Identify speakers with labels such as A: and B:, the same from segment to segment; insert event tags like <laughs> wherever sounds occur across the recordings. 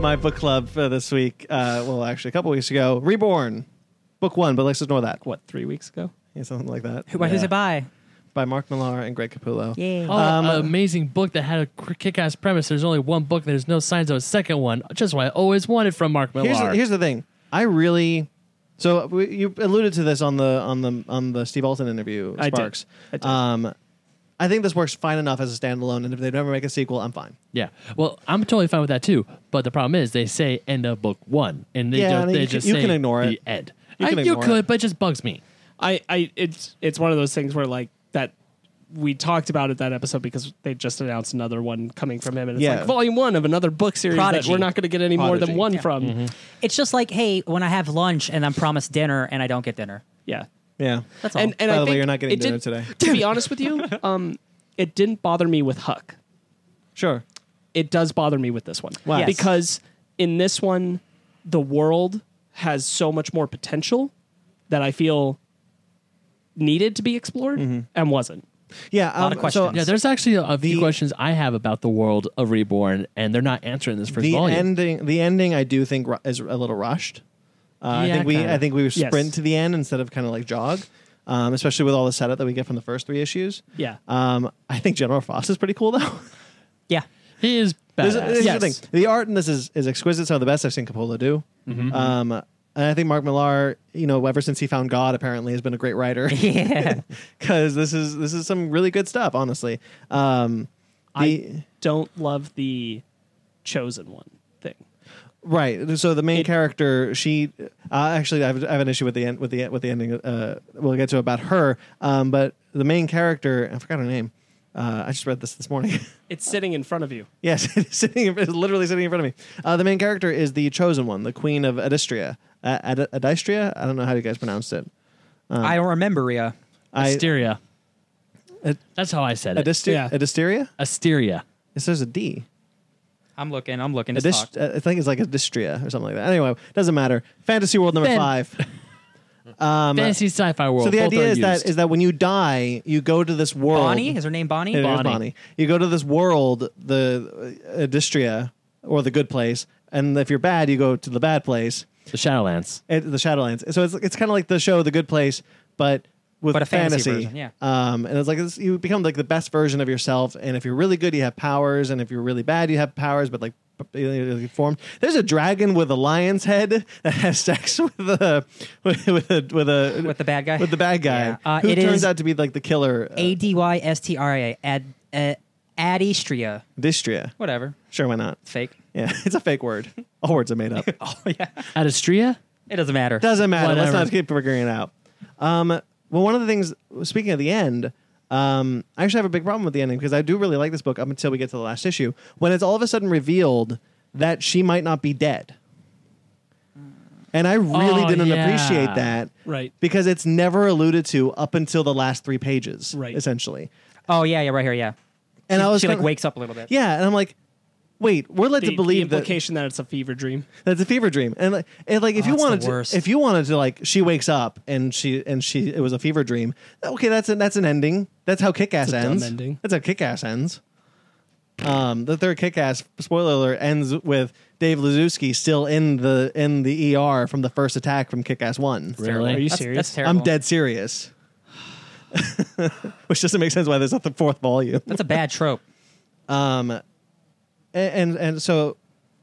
A: My book club for this week, uh, well, actually, a couple weeks ago, Reborn, book one, but let's ignore that. What, three weeks ago? Yeah, something like that.
B: Who, Who's
A: Yeah.
B: it by?
A: By Mark Millar and Greg Capullo.
B: Yay.
C: Oh,
A: Um,
C: an amazing book that had a cr- kick-ass premise. There's only one book. There's no signs of a second one. Just what I always wanted from Mark Millar.
A: here's the, here's the thing. I really so we, you alluded to this on the on the on the Steve Alton interview.
C: I did.
A: Sparks.
C: I did.
A: Um, I think this works fine enough as a standalone, and if they never make a sequel, I'm fine.
C: yeah. Well, I'm totally fine with that too. But the problem is, they say end of book one, and they
A: Yeah,
C: just,
A: I mean,
C: they
A: you can-
C: just
A: you
C: say
A: can ignore
C: the
A: it.
C: End.
A: You can
C: I, you
A: ignore
C: could,
A: it.
C: but it just bugs me.
D: I, I, it's, it's one of those things where like that we talked about it that episode because they just announced another one coming from him, and it's
A: Yeah.
D: like volume one of another book series
B: Prodigy.
D: that we're not going to get any more than
A: Prodigy. Mm-hmm.
D: one
B: Yeah.
D: from.
B: It's just like, hey, when I have lunch and I'm promised dinner and I don't get dinner.
D: Yeah.
A: Yeah.
B: That's all.
D: And, and
A: By
D: I
A: the way,
D: think
A: you're not getting
D: it
A: dinner
D: did-
A: today.
D: <laughs> To be honest with you, um, it didn't bother me with Huck.
A: Sure.
D: it does bother me with this one
A: Wow. Yes.
D: because in this one the world has so much more potential that i feel needed to be explored
A: Mm-hmm.
D: and wasn't
A: Yeah.
B: lot
A: Um,
B: of
A: so
B: questions.
C: Yeah, there's actually a, few
A: The-
C: questions I have about the world of Reborn, and they're not answering this first
A: the
C: volume.
A: ending the ending I do think ru- is a little rushed. Uh, I
C: Yeah,
A: think we
C: kinda.
A: I think we
D: Yes.
A: sprint to the end instead of kind of like jog, um, especially with all the setup that we get from the first three issues.
D: Yeah.
A: Um, I think General Frost is pretty cool though. <laughs>
B: Yeah.
C: he is
A: There's,
C: badass.
A: there's
D: Yes.
A: the thing. The art in this is, is exquisite. Some of the best I've seen Coppola do.
C: Mm-hmm.
A: Um, and I think Mark Millar, you know, ever since he found God, apparently has been a great
C: <laughs>
A: writer. <laughs>
B: Yeah.
A: Because this is this is some really good stuff, honestly. Um, the-
D: don't love the chosen one thing
A: right. So the main character, she uh, actually, I have, I have an issue with the end with the with the ending. Uh, we'll get to about her. Um, but the main character, I forgot her name. Uh, I just read this this morning. <laughs>
D: it's sitting in front of you
A: Yes, <laughs> it's sitting in- it's literally sitting in front of me. Uh, the main character is the chosen one, the queen of Adistria. Uh, Ad- Adistria? I don't know how you guys pronounce it. Uh,
B: I don't remember Ria.
A: I,
C: Asteria.
A: Ad-
C: That's how I said it.
A: Adisti-
D: Yeah.
A: Adisteria?
C: Asteria.
A: It says a D.
B: I'm looking. I'm looking. It's
A: Adis-
B: talk.
A: I think it's like Adistria or something like that. Anyway, doesn't matter. Fantasy world number
C: Ben-
A: five.
C: Fantasy sci-fi
A: Um,
C: world.
A: So the
C: Both
A: idea
C: are
A: is that
C: used.
A: is that when you die, you go to this world.
B: Bonnie? Is her name Bonnie?
A: It is
C: Bonnie.
A: Bonnie. You go to this world, the uh, Adistria or the good place, and if you're bad, you go to the bad place.
C: the Shadowlands.
A: It, the Shadowlands. So it's it's kind of like the show The Good Place, but with
B: But a fantasy
A: fantasy.
B: version, yeah.
A: Um, and it's like it's, you become like the best version of yourself. And if you're really good, you have powers. And if you're really bad, you have powers. But like p- you know, you formed. There's a dragon with a lion's head <laughs> that has sex with a with a with a
B: With the bad guy?
A: with the bad guy
B: Yeah. Uh,
A: who
B: it
A: turns
B: is-
A: out to be like the killer uh,
B: A D Y S T R I A. Ad uh, Adistria.
A: Distria.
B: Whatever.
A: Sure, why not?
B: Fake.
A: Yeah, <laughs> it's a fake word. All words are made up.
C: At Astria?
B: It doesn't matter.
A: Doesn't matter. Let's
C: Whatever.
A: not keep figuring it out. Um, well, one of the things, speaking of the end, um, I actually have a big problem with the ending because I do really like this book up until we get to the last issue when it's all of a sudden revealed that she might not be dead. And I really
C: Oh,
A: didn't
C: yeah.
A: appreciate that.
D: Right.
A: Because it's never alluded to up until the last three pages,
D: Right.
A: essentially.
B: Oh yeah, yeah, right here, yeah.
A: And
B: she,
A: I was
B: she like
A: kinda-
B: wakes up a little bit.
A: Yeah, and I'm like, wait, we're led
D: the,
A: to believe
D: the
A: that
D: implication that, it's a fever dream
A: That's a fever dream, and like, and like if
B: Oh,
A: you
B: it's the
A: wanted
B: worst.
A: to, if you wanted to, like she wakes up and she and she it was a fever dream. Okay, that's an that's an ending. That's how Kick Ass
D: It's a dumb
A: ends.
D: ending.
A: That's how Kick Ass ends. Um, the third Kick Ass spoiler alert ends with Dave Lazuski still in the in the ER from the first attack from Kick Ass One.
C: Really?
D: are you
B: That's,
D: serious
B: that's terrible.
A: I'm dead serious. <laughs> Which doesn't make sense why there's not the fourth volume.
B: That's a bad <laughs> trope.
A: and and, and so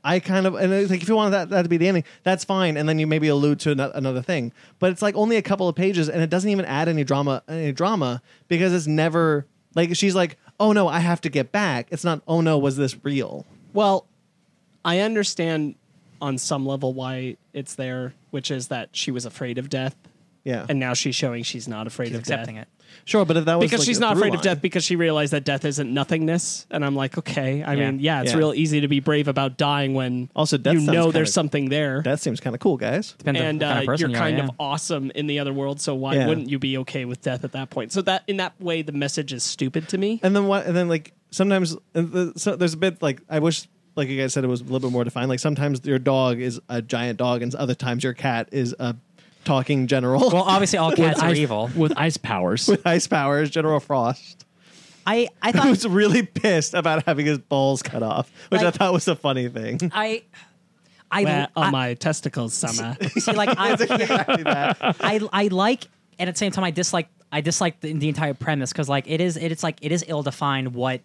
A: I kind of and it's like if you want that that to be the ending, that's fine, and then you maybe allude to ano- another thing. But it's like only a couple of pages, and it doesn't even add any drama any drama because it's never like she's like, oh no, I have to get back. It's not oh no, was this real?
D: Well, I understand on some level why it's there, which is that she was afraid of death,
A: Yeah,
D: and now she's showing she's not afraid
B: She's
D: of death.
B: accepting it.
A: sure, but if that was
D: Because
A: like,
D: she's
A: a
D: not
A: through
D: afraid of
A: line-
D: death because she realized that death isn't nothingness. And I'm like, okay. I
B: Yeah.
D: mean, yeah, it's
A: Yeah.
D: real easy to be brave about dying when
A: Also, death
D: you
A: sounds
D: know
A: kinda-
D: there's something there.
A: That seems kind of cool, guys.
B: Depends
D: and
B: on what kind
D: uh,
B: of person
D: you're
B: you are,
D: kind
B: yeah.
D: of awesome in the other world, so why
A: Yeah.
D: wouldn't you be okay with death at that point? So that in that way, the message is stupid to me.
A: And then what? And then like sometimes and the, so there's a bit like I wish like you guys said it was a little bit more defined. Like sometimes your dog is a giant dog, and other times your cat is a talking general
B: Well,
A: <laughs>
B: obviously all cats are
C: ice,
B: evil.
C: with ice powers.
A: with ice powers, General Frost, <laughs>
B: I I
A: who
B: thought
A: was really pissed about having his balls cut off, which I
B: Like-
A: thought was a funny thing.
B: <laughs>
A: <laughs>
B: I I,
D: Where are
B: I
D: my testicles, Summer?
B: <laughs> see
A: <laughs>
B: like I
A: Exactly that.
B: I I like and at the same time I dislike I dislike the, the entire premise because like it is it's like it is ill defined what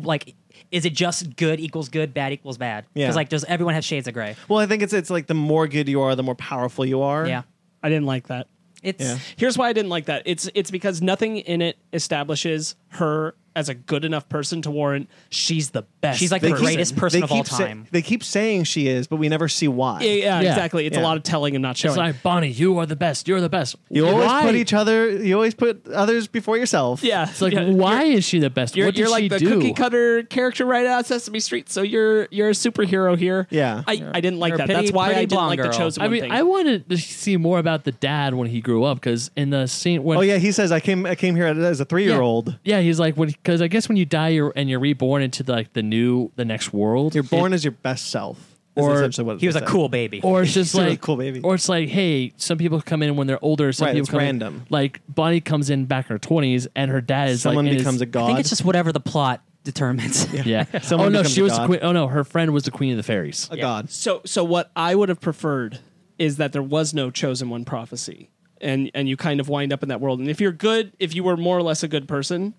B: like is it just good equals good bad equals bad
A: Yeah.
B: because like does everyone have shades of gray
A: Well, I think it's it's like the more good you are, the more powerful you are.
B: yeah
D: I didn't like that.
B: it's
A: Yeah.
D: Here's why I didn't like that. It's it's because nothing in it establishes her as a good enough person to warrant she's the best.
B: She's like the
A: They
D: person.
A: keep-
B: greatest person
A: they
B: of all
A: keep sa-
B: time.
A: they keep saying she is, but we never see why.
D: Yeah, yeah,
C: Yeah.
D: exactly. It's
A: Yeah.
D: a lot of telling and not showing.
C: It's like Bonnie, you are the best. You're the best.
A: You always
C: Why?
A: put e- each other. You always put others before yourself.
D: yeah,
C: It's like,
D: yeah.
C: why is she the best?
D: You're,
C: what did
D: you're
C: she
D: like the
C: do?
D: cookie cutter character right out of Sesame Street, so you're you're a superhero here.
A: Yeah.
D: I, I didn't like
B: You're a
D: that.
B: pretty-
D: That's why I
B: pretty
D: didn't like
B: blonde
D: the
B: girl.
D: chosen.
C: I
D: one
C: mean,
D: thing.
C: I wanted to see more about the dad when he grew up because in the scene when
A: Oh yeah, he says I came. I came here as a three year old.
C: Yeah, he's like when because I guess when you die you're, and you're reborn into the, like the new the next world.
A: You're born as your best self. is
C: Or
A: essentially what it
B: he was a
A: said.
B: cool baby
C: <laughs> or it's just
A: a <laughs> really
C: like
A: cool baby.
C: Or it's like hey, some people come in when they're older. Some
A: Right,
C: people
A: it's
C: come in-
A: random.
C: like Bonnie comes in back in her twenties and her dad is
A: Someone
C: like, in
A: becomes
C: his,
A: a god.
B: I think it's just whatever the plot determines
C: yeah.
A: <laughs> Someone
C: oh no,
A: becomes
C: she
A: a
C: was
A: god.
C: the queen. Oh no, her friend was the queen of the fairies.
A: a god.
D: So so what I would have preferred is that there was no chosen one prophecy. And and you kind of wind up in that world. And if you're good, if you were more or less a good person,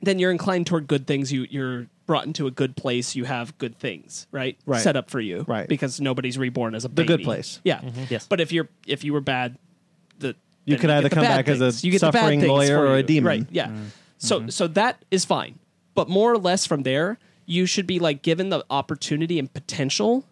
D: then you're inclined toward good things. You you're brought into a good place. You have good things, right?
A: Right.
D: Set up for you.
A: Right.
D: Because nobody's reborn as a
A: The
D: baby.
A: good place. Mm-hmm.
D: Yeah.
B: Yes.
D: But if you're if you were bad, the
A: You
D: then
A: could either
D: get the
A: come
D: bad
A: back as a
D: things. You get the bad
A: suffering
D: things
A: lawyer
D: for
A: or a
D: you.
A: demon.
D: Right. Yeah. So so that is fine. But more or less from there, you should be like given the opportunity and potential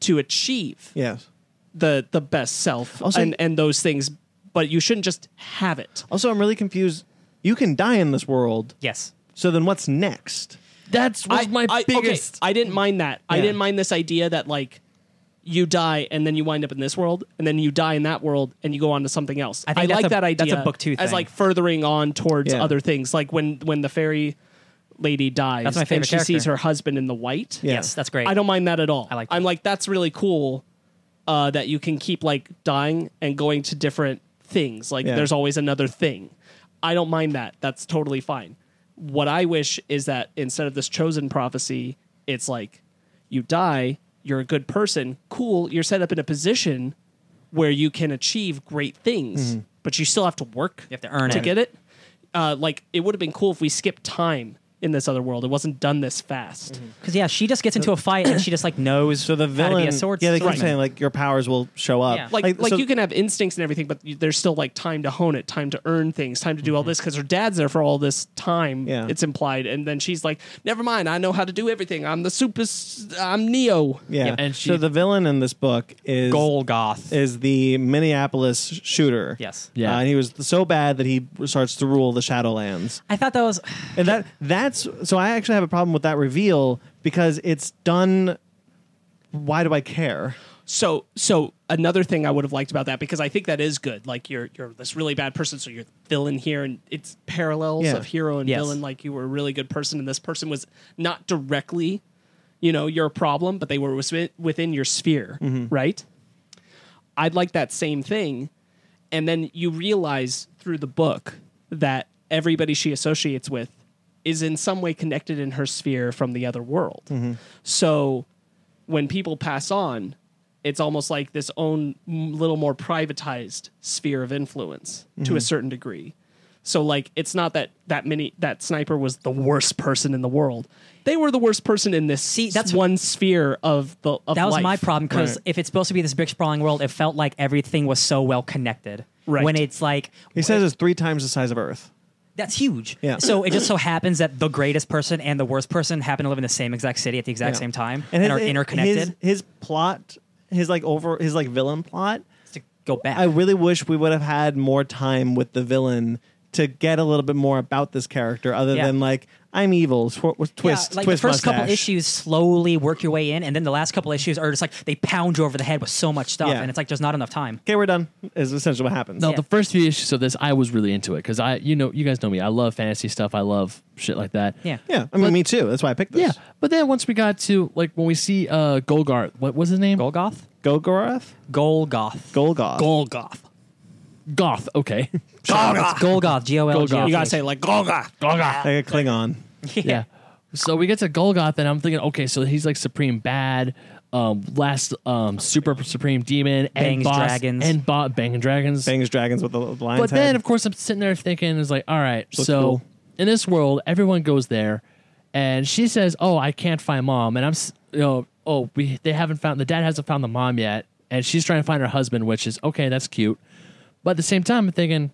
D: to achieve
A: Yes.
D: the the best self
A: Also-
D: and and those things, but you shouldn't just have it.
A: Also, I'm really confused. You can die in this world.
B: <laughs> yes
A: So then, what's next?
C: That's was my
D: I, okay,
C: biggest.
D: I didn't mind that. I
A: Yeah.
D: didn't mind this idea that like you die and then you wind up in this world and then you die in that world and you go on to something else. I,
B: I think that's
D: like
B: a-
D: that
B: that's a
D: idea
B: book two
D: as
B: thing.
D: like furthering on towards
A: Yeah.
D: other things. Like when when the fairy lady dies
B: That's my
D: and
B: favorite
D: she sees
B: character.
D: her husband in the white.
A: Yeah.
B: yes that's great
D: I don't mind that at all.
B: I like
D: I'm
B: that.
D: like that's really cool uh, that you can keep like dying and going to different things. Like
A: Yeah.
D: there's always another thing. I don't mind that. That's totally fine. What I wish is that instead of this chosen prophecy, it's like you die, you're a good person, cool, you're set up in a position where you can achieve great things, but you still have to work.
B: You have to earn
D: to
B: it.
D: get it. Uh, like it would have been cool if we skipped time in this other world. It wasn't done this fast.
B: because yeah she just gets into a fight and she just like knows
A: <laughs> So the
B: how to
A: villain.
B: be a sword
A: yeah, they keep
B: swordsman.
A: saying like your powers will show up.
B: Yeah.
D: like like,
A: so-
D: you can have instincts and everything, but you- there's still like time to hone it, time to earn things, time to do all this because her dad's there for all this time.
A: Mm-hmm. Yeah.
D: It's implied, and then she's like, "Never mind, I know how to do everything. I'm the super. s- I'm Neo."
A: Yeah.
C: Yep. And
A: so
C: she-
A: the villain in this book is
B: Golgoth
A: is the Minneapolis shooter.
B: Yes.
C: Yeah.
A: Uh, and he was so bad that he starts to rule the Shadowlands.
B: I thought that was
A: And that that's so I actually have a problem with that reveal because it's done why do I care?
D: So so another thing I would have liked about that because I think that is good. Like you're you're this really bad person, so you're the villain here, and it's parallels
A: Yeah.
D: of hero and
B: Yes.
D: villain. Like you were a really good person, and this person was not directly, you know, your problem, but they were wiswi- within your sphere,
A: Mm-hmm.
D: right? I'd like that same thing, and then you realize through the book that everybody she associates with is in some way connected in her sphere from the other world. So when people pass on, it's almost like this own m- little more privatized sphere of influence to a certain degree. So like it's not that that many that sniper was the worst person in the world. They were the worst person in this
B: See,
D: s-
B: that's-
D: one sphere of the of
B: that was
D: life.
B: my problem because
A: Right.
B: if it's supposed to be this big sprawling world, it felt like everything was so well connected.
D: Right.
B: When it's like
A: He says it's three times the size of Earth.
B: that's huge.
A: Yeah.
B: So it just so happens that the greatest person and the worst person happen to live in the same exact city at the exact
A: Yeah.
B: same time
A: And
B: and,
A: his-
B: are
A: his-
B: interconnected.
A: His, his plot, his like over his like villain plot.
B: to go back.
A: I really wish we would have had more time with the villain to get a little bit more about this character other
B: Yeah.
A: than like I'm evil, sw- twist,
B: Yeah,
A: twist
B: like the first couple
A: mustache.
B: issues slowly work your way in, and then the last couple issues are just like they pound you over the head with so much stuff,
A: Yeah.
B: and it's like there's not enough time.
A: Okay, we're done. Is essentially what happens.
C: No,
B: Yeah.
C: the first few issues of this, I was really into it because I, you know, you guys know me. I love fantasy stuff. I love shit like that.
B: Yeah.
A: Yeah, I mean,
C: But-
A: me too. That's why I picked this.
C: Yeah, but then once we got to like when we see uh Golgart, what was his name?
B: Golgoth.
A: Golgoroth?
B: Golgoth.
A: Golgoth.
D: Golgoth.
C: Goth.
B: <laughs>
C: Okay.
B: Golgoth. Golgoth. G O L G O T H.
D: You gotta say like Golgoth.
C: Golgoth.
A: like a Klingon.
C: Yeah. So we get to Golgoth, and I'm thinking, okay, so he's like supreme bad, um, last um, super supreme demon, and
B: Bangs
C: boss,
B: dragons.
C: and bot banging dragons.
A: Bangs dragons with the lion's
C: but then,
A: head.
C: of course, I'm sitting there thinking, it's like, all right,
A: Looks
C: so
A: cool.
C: in this world, everyone goes there, and she says, "Oh, I can't find mom," and I'm, s- you know, oh, we they haven't found the dad hasn't found the mom yet, and she's trying to find her husband, which is okay, that's cute, but at the same time, I'm thinking,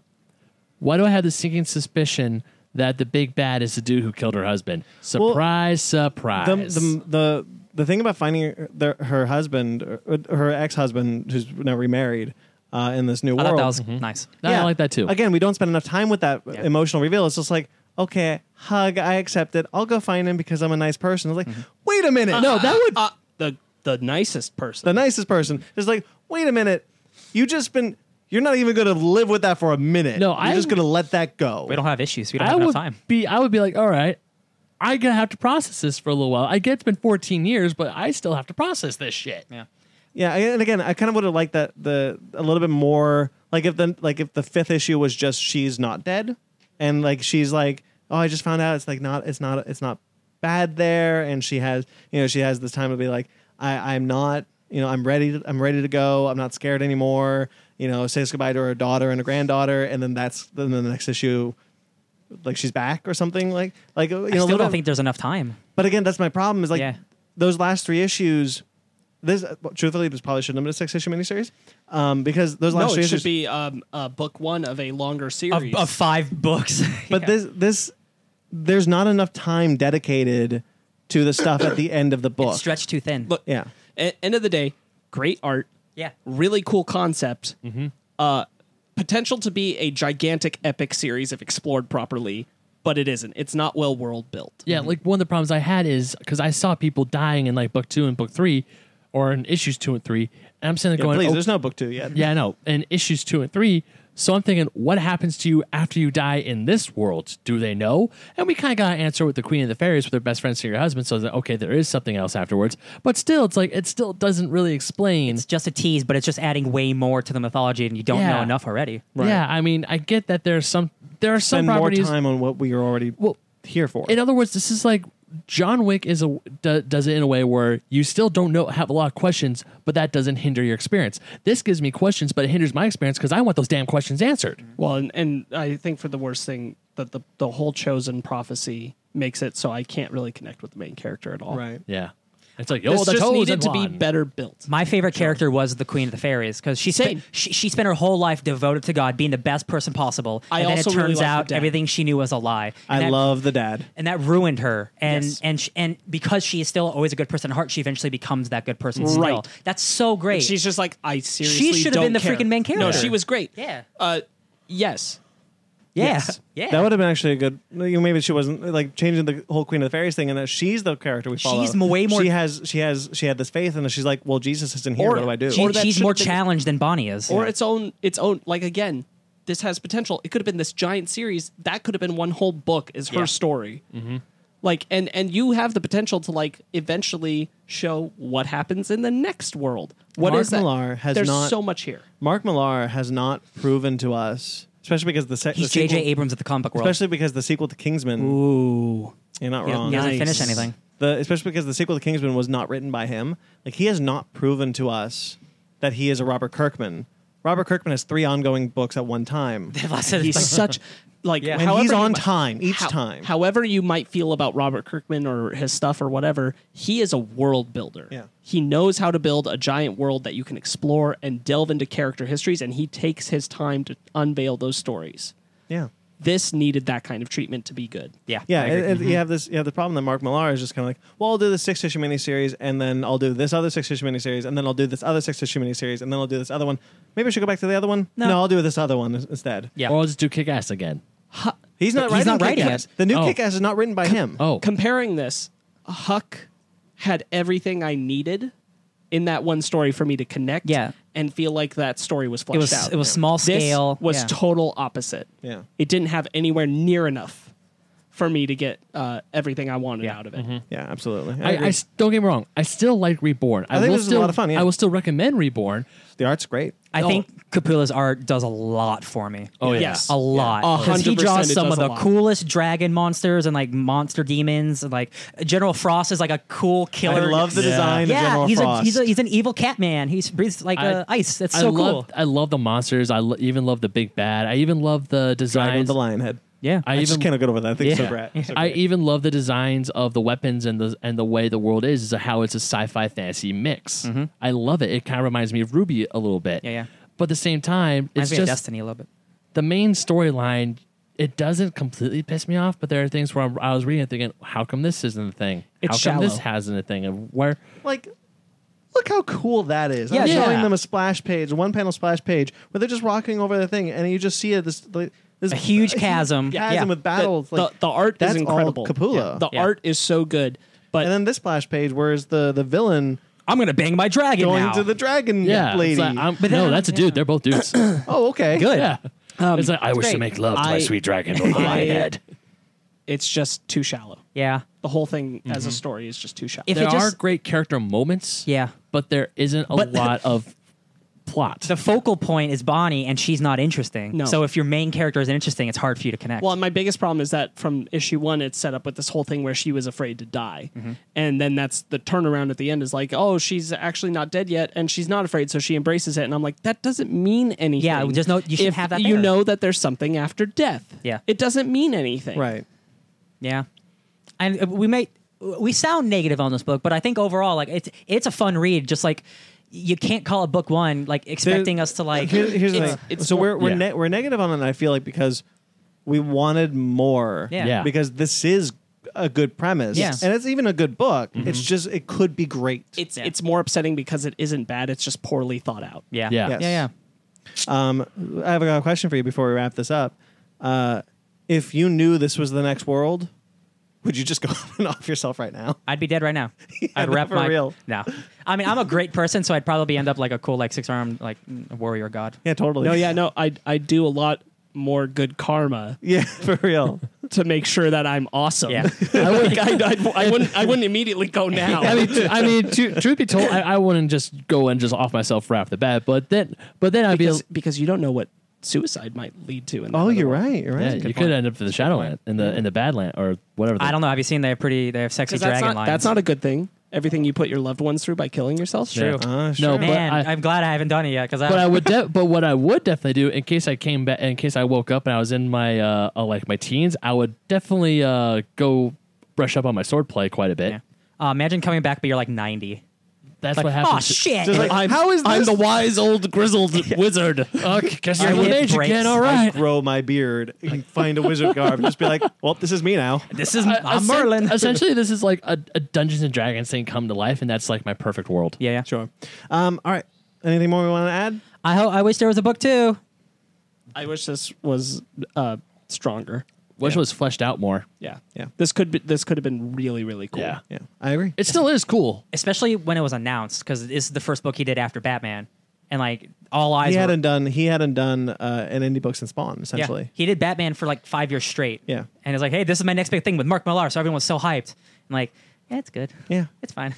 C: why do I have the sinking suspicion? That the big bad is the dude who killed her husband. Surprise,
A: the,
C: surprise.
A: the the the thing about finding her, their, her husband, or her ex husband, who's now remarried uh, in this new
B: I
A: world.
B: thought that was nice.
A: Mm-hmm.
C: No, I like that too.
A: Again, we don't spend enough time with that
B: Yeah.
A: emotional reveal. It's just like, okay, hug, I accept it. I'll go find him because I'm a nice person. It's like,
B: Mm-hmm.
A: wait a minute,
C: no, that would.
D: Uh, the the nicest
A: the
D: person.
A: nicest person. It's like, wait a minute, you just been. You're not even going to live with that for a minute.
C: No,
A: you're
C: I-
A: just going to let that go.
B: We don't have issues. We don't
C: I
B: have enough
C: would
B: time.
C: be. I would be like, all right, I gonna have to process this for a little while. I get it's been 14 years, but I still have to process this shit.
B: Yeah.
A: Yeah, and and again, I kind of would have liked that the a little bit more like if the like if the fifth issue was just she's not dead, and like she's like, oh, I just found out it's like not it's not it's not bad there, and she has you know she has this time to be like, I I'm not you know I'm ready to, I'm ready to go, I'm not scared anymore. You know, says goodbye to her daughter and her granddaughter, and then that's then the next issue, like she's back or something like like you know,
B: I
A: a
B: still
A: little
B: don't
A: bit-
B: think there's enough time.
A: but again, that's my problem. Is like
B: Yeah.
A: those last three issues. This truthfully, this probably shouldn't have been a six issue miniseries, um, because those last
D: No,
A: three
D: it
A: issues.
D: should be um, uh, book one of a longer
B: Of,
D: series.
B: of five books.
A: but
B: Yeah.
A: this this there's not enough time dedicated to the stuff at the end of the book.
B: stretched too thin.
D: Look,
A: yeah,
D: e- end of the day, great art,
B: Yeah.
D: really cool concept, uh, potential to be a gigantic epic series if explored properly, but it isn't. It's not well world built.
C: Yeah, like one of the problems I had is because I saw people dying in like book two and book three, or in issues two and three, and I'm sitting there
A: Yeah,
C: going,
A: please.
C: oh,
A: There's no book two yet.
C: yeah, I know, in issues two and three. So I'm thinking, what happens to you after you die in this world? Do they know? And we kind of got an answer with the Queen of the Fairies with her best friends to your husband, so that okay, there is something else afterwards. But still, it's like it still doesn't really explain.
B: It's just a tease, but it's just adding way more to the mythology, and you don't
C: Yeah.
B: know enough already.
C: Yeah, I mean, I get that there's some there are some
A: Spend more
C: properties.
A: time on what we are already
C: Well,
A: here for.
C: in other words, this is like John Wick is a do, does it in a way where you still don't know have a lot of questions, but that doesn't hinder your experience. This gives me questions, but it hinders my experience because I want those damn questions answered.
D: Well, and, and I think for the worst thing that the the whole chosen prophecy makes it so I can't really connect with the main character at all.
A: right.
C: Yeah, it's like yo,
D: This
C: the
D: just
C: toes
D: needed
C: and
D: to be
C: one.
D: better built.
B: My favorite character was the Queen of the Fairies because she,
D: Same.
B: spent she she spent her whole life devoted to God, being the best person possible.
D: I
B: and then it
D: also really
B: turns
D: like her
B: out
D: dad.
B: everything she knew was a lie.
A: I
B: And that-
A: love the dad.
B: and that ruined her. And
D: Yes.
B: and sh- and because she is still always a good person at heart, she eventually becomes that good person.
D: Right.
B: Still, that's so great.
D: She's just like I seriously.
B: should have
D: don't
B: been the
D: care.
B: freaking main
D: No,
B: character.
D: she was great.
B: Yeah.
D: Uh, yes.
B: yeah,
D: yes.
B: yeah.
A: That would have been actually a good. You know, maybe she wasn't like changing the whole Queen of the Fairies thing, and that she's the character we follow.
B: She's m- way more-
A: She has she has she had this faith, and then she's like, "Well, Jesus isn't here.
D: Or-
A: what do I do?"
B: She-
D: or that
B: she's
D: should've
B: more
D: been-
B: challenged than Bonnie is.
D: or its own its own like again this has potential it could have been this giant series that could have been one whole book is her
B: Yeah.
D: story
B: Mm-hmm.
D: like and and you have the potential to like eventually show what happens in the next world What is
A: Mark
D: that
A: Millar has
D: there's
A: not-
D: so much here
A: Mark Millar has not proven to us, especially because the, se-
B: he's
A: the
B: J.J.
A: sequel,
B: Abrams at the comic book world.
A: especially because the sequel to Kingsman.
D: ooh
A: You're not
B: He-
A: wrong.
B: he doesn't
D: Nice.
B: finish anything.
A: The, especially because the sequel to Kingsman was not written by him. Like he has not proven to us that he is a Robert Kirkman. Robert Kirkman has three ongoing books at one
B: <laughs>
A: time.
D: he's such like
A: And
D: however
A: he's
D: you
A: on
D: might-
A: time each
D: how-
A: time.
D: however you might feel about robert kirkman or his stuff or whatever he is a world builder
A: Yeah.
D: he knows how to build a giant world that you can explore and delve into character histories and he takes his time to unveil those stories
A: yeah.
D: this needed that kind of treatment to be good
B: yeah,
A: Yeah,
B: I
A: and,
B: agree.
A: and you have this. You have the problem that Mark Millar is just kind of like, well, I'll do the six issue miniseries, and then I'll do this other six issue miniseries, and then I'll do this other six issue miniseries, and then I'll do this other one. Maybe I should go back to the other one.
B: No.
A: I'll do this other one instead.
B: yeah.
C: Or I'll just do kick ass again.
A: He's not
B: He's
A: writing.
B: not writing
A: Kick-Ass.
B: it.
A: The new
C: Oh.
A: Kick-Ass is not written by him.
C: Oh,
D: comparing this huck had everything i needed in that one story for me to connect
B: Yeah.
D: and feel like that story was fleshed
B: it was
D: out
B: it was small
D: This
B: scale.
D: was
B: yeah.
D: total opposite
A: Yeah.
D: it didn't have anywhere near enough for me to get uh, everything I wanted out of it.
A: Yeah, absolutely.
C: I, I
A: agree.
C: s- don't get me wrong. I still like Reborn. I,
A: think
C: will
A: this is a
C: still,
A: lot of fun, yeah.
C: I will still recommend Reborn.
A: the art's great.
B: I
C: Oh.
B: think Capula's art does a lot for me.
C: Oh yeah.
D: Yes.
B: a lot.
D: A
B: Because he
D: hundred
B: draws
D: percent it
B: some
D: does
B: of
D: a
B: the
D: lot.
B: coolest dragon monsters and like monster demons. And, like General Frost is like a cool killer.
A: I love the
C: Yeah.
A: design of
B: yeah,
A: General
B: he's
A: Frost.
B: a he's a, he's an evil cat man. He breathes like
C: I-
B: uh, ice. That's
C: I
B: so
C: love
B: cool.
C: I love the monsters. I lo- even love the big bad. I even love the
A: Dragon with
C: designs.
A: the lion head.
B: Yeah,
C: I
A: I,
C: even
A: just cannot get over that. I think it's so
B: Yeah.
A: great. So
C: I
A: great.
C: even love the designs of the weapons and the and the way the world is, is how it's a sci-fi fantasy mix. I love it. It kind of reminds me of Ruby a little bit.
B: Yeah, yeah.
C: But at the same time,
B: reminds
C: it's
B: me of
C: just
B: Destiny a little bit.
C: the main storyline. It doesn't completely piss me off, but there are things where I'm, I was reading it thinking, "How come this isn't a thing?
D: It's
C: how come this
D: shallow.
C: hasn't a thing?" And where
A: like look how cool that is.
B: Yeah,
A: I'm
C: yeah.
A: showing them a splash page, one panel splash page, where they're just rocking over the thing, and you just see it this like this <laughs>
B: A huge
A: chasm
B: chasm. Yeah.
A: with
D: The-
A: battles.
D: the,
A: like,
D: the art
A: that's
D: is incredible.
A: All Capula.
D: The
B: Yeah.
D: art is so good, but
A: and then this splash page, where's the the villain
B: I'm gonna bang my dragon
A: going
B: now.
A: to the dragon
C: yeah,
A: lady?
C: it's like, I'm,
B: But
C: no,
B: then-
C: that's a dude. They're both dudes.
A: oh, okay,
B: Good.
C: yeah, it's like I wish to
D: great.
C: make love to my
D: I-
C: sweet dragon over my
D: I-
C: head.
D: it's just too shallow.
B: yeah,
D: The whole thing as a story is just too shallow.
B: Mm-hmm. If-
C: there
B: it just-
C: are great character moments.
B: Yeah.
C: but there isn't a
B: But-
C: lot of plot.
B: the focal point is Bonnie, and she's not interesting.
D: No.
B: So if your main character isn't interesting, it's hard for you to connect.
D: well, and my biggest problem is that from issue one, it's set up with this whole thing where she was afraid to die, and then that's the turnaround at the end is like, oh, she's actually not dead yet, and she's not afraid, so she embraces it, and I'm like, that doesn't mean anything.
B: just know- you shouldn't
D: If
B: have that
D: You
B: there.
D: know that there's something after death.
B: Yeah.
D: it doesn't mean anything.
A: right?
B: Yeah, and uh, we may we sound negative on this book, but I think overall, like it's it's a fun read. Just like you can't call it book one, like expecting us to like.
A: Here- here's the
B: it's-
A: thing.
D: it's
A: so we're
D: more-
A: we're,
C: yeah.
A: ne- we're negative on it. I feel like because we wanted more.
B: Yeah. Yeah.
A: Because this is a good premise.
B: Yeah.
A: And it's even a good book. It's just it could be great.
D: It's
B: Yeah.
D: it's more upsetting because it isn't bad. It's just poorly thought out.
B: Yeah.
C: Yeah.
B: Yeah.
A: Yes.
B: Yeah.
A: Um, I have a question for you before we wrap this up. Uh, if you knew this was the next world, would you just go <laughs> and off yourself right now?
B: I'd be dead right
A: <laughs>
B: now. I'd
A: no,
B: wrap
A: for
B: my
A: real.
B: No, I mean I'm a great person, so I'd probably end up like a cool like six armed like warrior god.
A: Yeah, totally.
D: No, yeah, no, I I do a lot more good karma
A: yeah, <laughs> for real.
D: to make sure that I'm awesome. <laughs>
B: Yeah.
D: I, would, I, I, I wouldn't I wouldn't immediately go
B: <laughs>
D: now.
C: <laughs> I mean, t- I mean, t- truth be told, I, I wouldn't just go and just off myself right off the bat. But then, but then I'd be,
D: because, because you don't know what suicide might lead to. In that
A: Oh,
D: other
A: you're
D: world.
A: right. You're
C: yeah,
A: right.
C: you could end up in the Shadowland, in the in the Badland, or whatever. the-
B: I don't know. Have you seen they have pretty they have sexy
D: 'Cause
B: dragon
D: That's not,
B: lines?
D: that's not a good thing. Everything you put your loved ones through by killing yourself.
C: Yeah.
B: true.
A: Uh,
C: No,
A: sure.
C: but
B: Man,
C: I,
B: I'm glad I uh, haven't done it yet because
C: but I would, de- but what I would definitely do in case I came back, in case I woke up and I was in my uh, uh like my teens, I would definitely uh go brush up on my sword play quite a bit.
B: Uh, imagine coming back, but you're like 90.
C: That's
B: Like,
C: what
B: oh
C: happens. to-
A: <laughs>
B: shit!
A: Just like, how is
D: I'm
A: this?
D: the wise old
C: <laughs>
D: grizzled wizard.
C: Okay, guess you're
B: Your
C: of
B: hip
C: age
B: breaks.
C: again. All
A: I
C: right.
A: grow my beard and find a wizard garb and just be like, well, this is me now.
B: this is
C: Uh,
B: I'm
C: essen-
B: Merlin.
C: Essentially, this is like a, a Dungeons and Dragons thing come to life, and that's like my perfect world.
B: <laughs> yeah, yeah.
A: Sure. Um, all right. Anything more we want to add?
B: I ho- I wish there was a book too.
D: I wish this was uh, stronger.
C: Wish it was fleshed out more.
D: Yeah,
A: Yeah.
D: This could be, this could have been really really cool.
C: Yeah.
A: Yeah, I agree.
C: It still is cool.
B: especially when it was announced because this is the first book he did after Batman, and like all eyes.
A: He
B: were,
A: hadn't done he hadn't done uh, an indie book since Spawn
B: yeah,
A: essentially.
B: he did Batman for like five years straight.
A: Yeah.
B: and it's like, hey, this is my next big thing with Mark Millar, so everyone was so hyped. And like, yeah, it's good.
A: Yeah.
B: it's fine.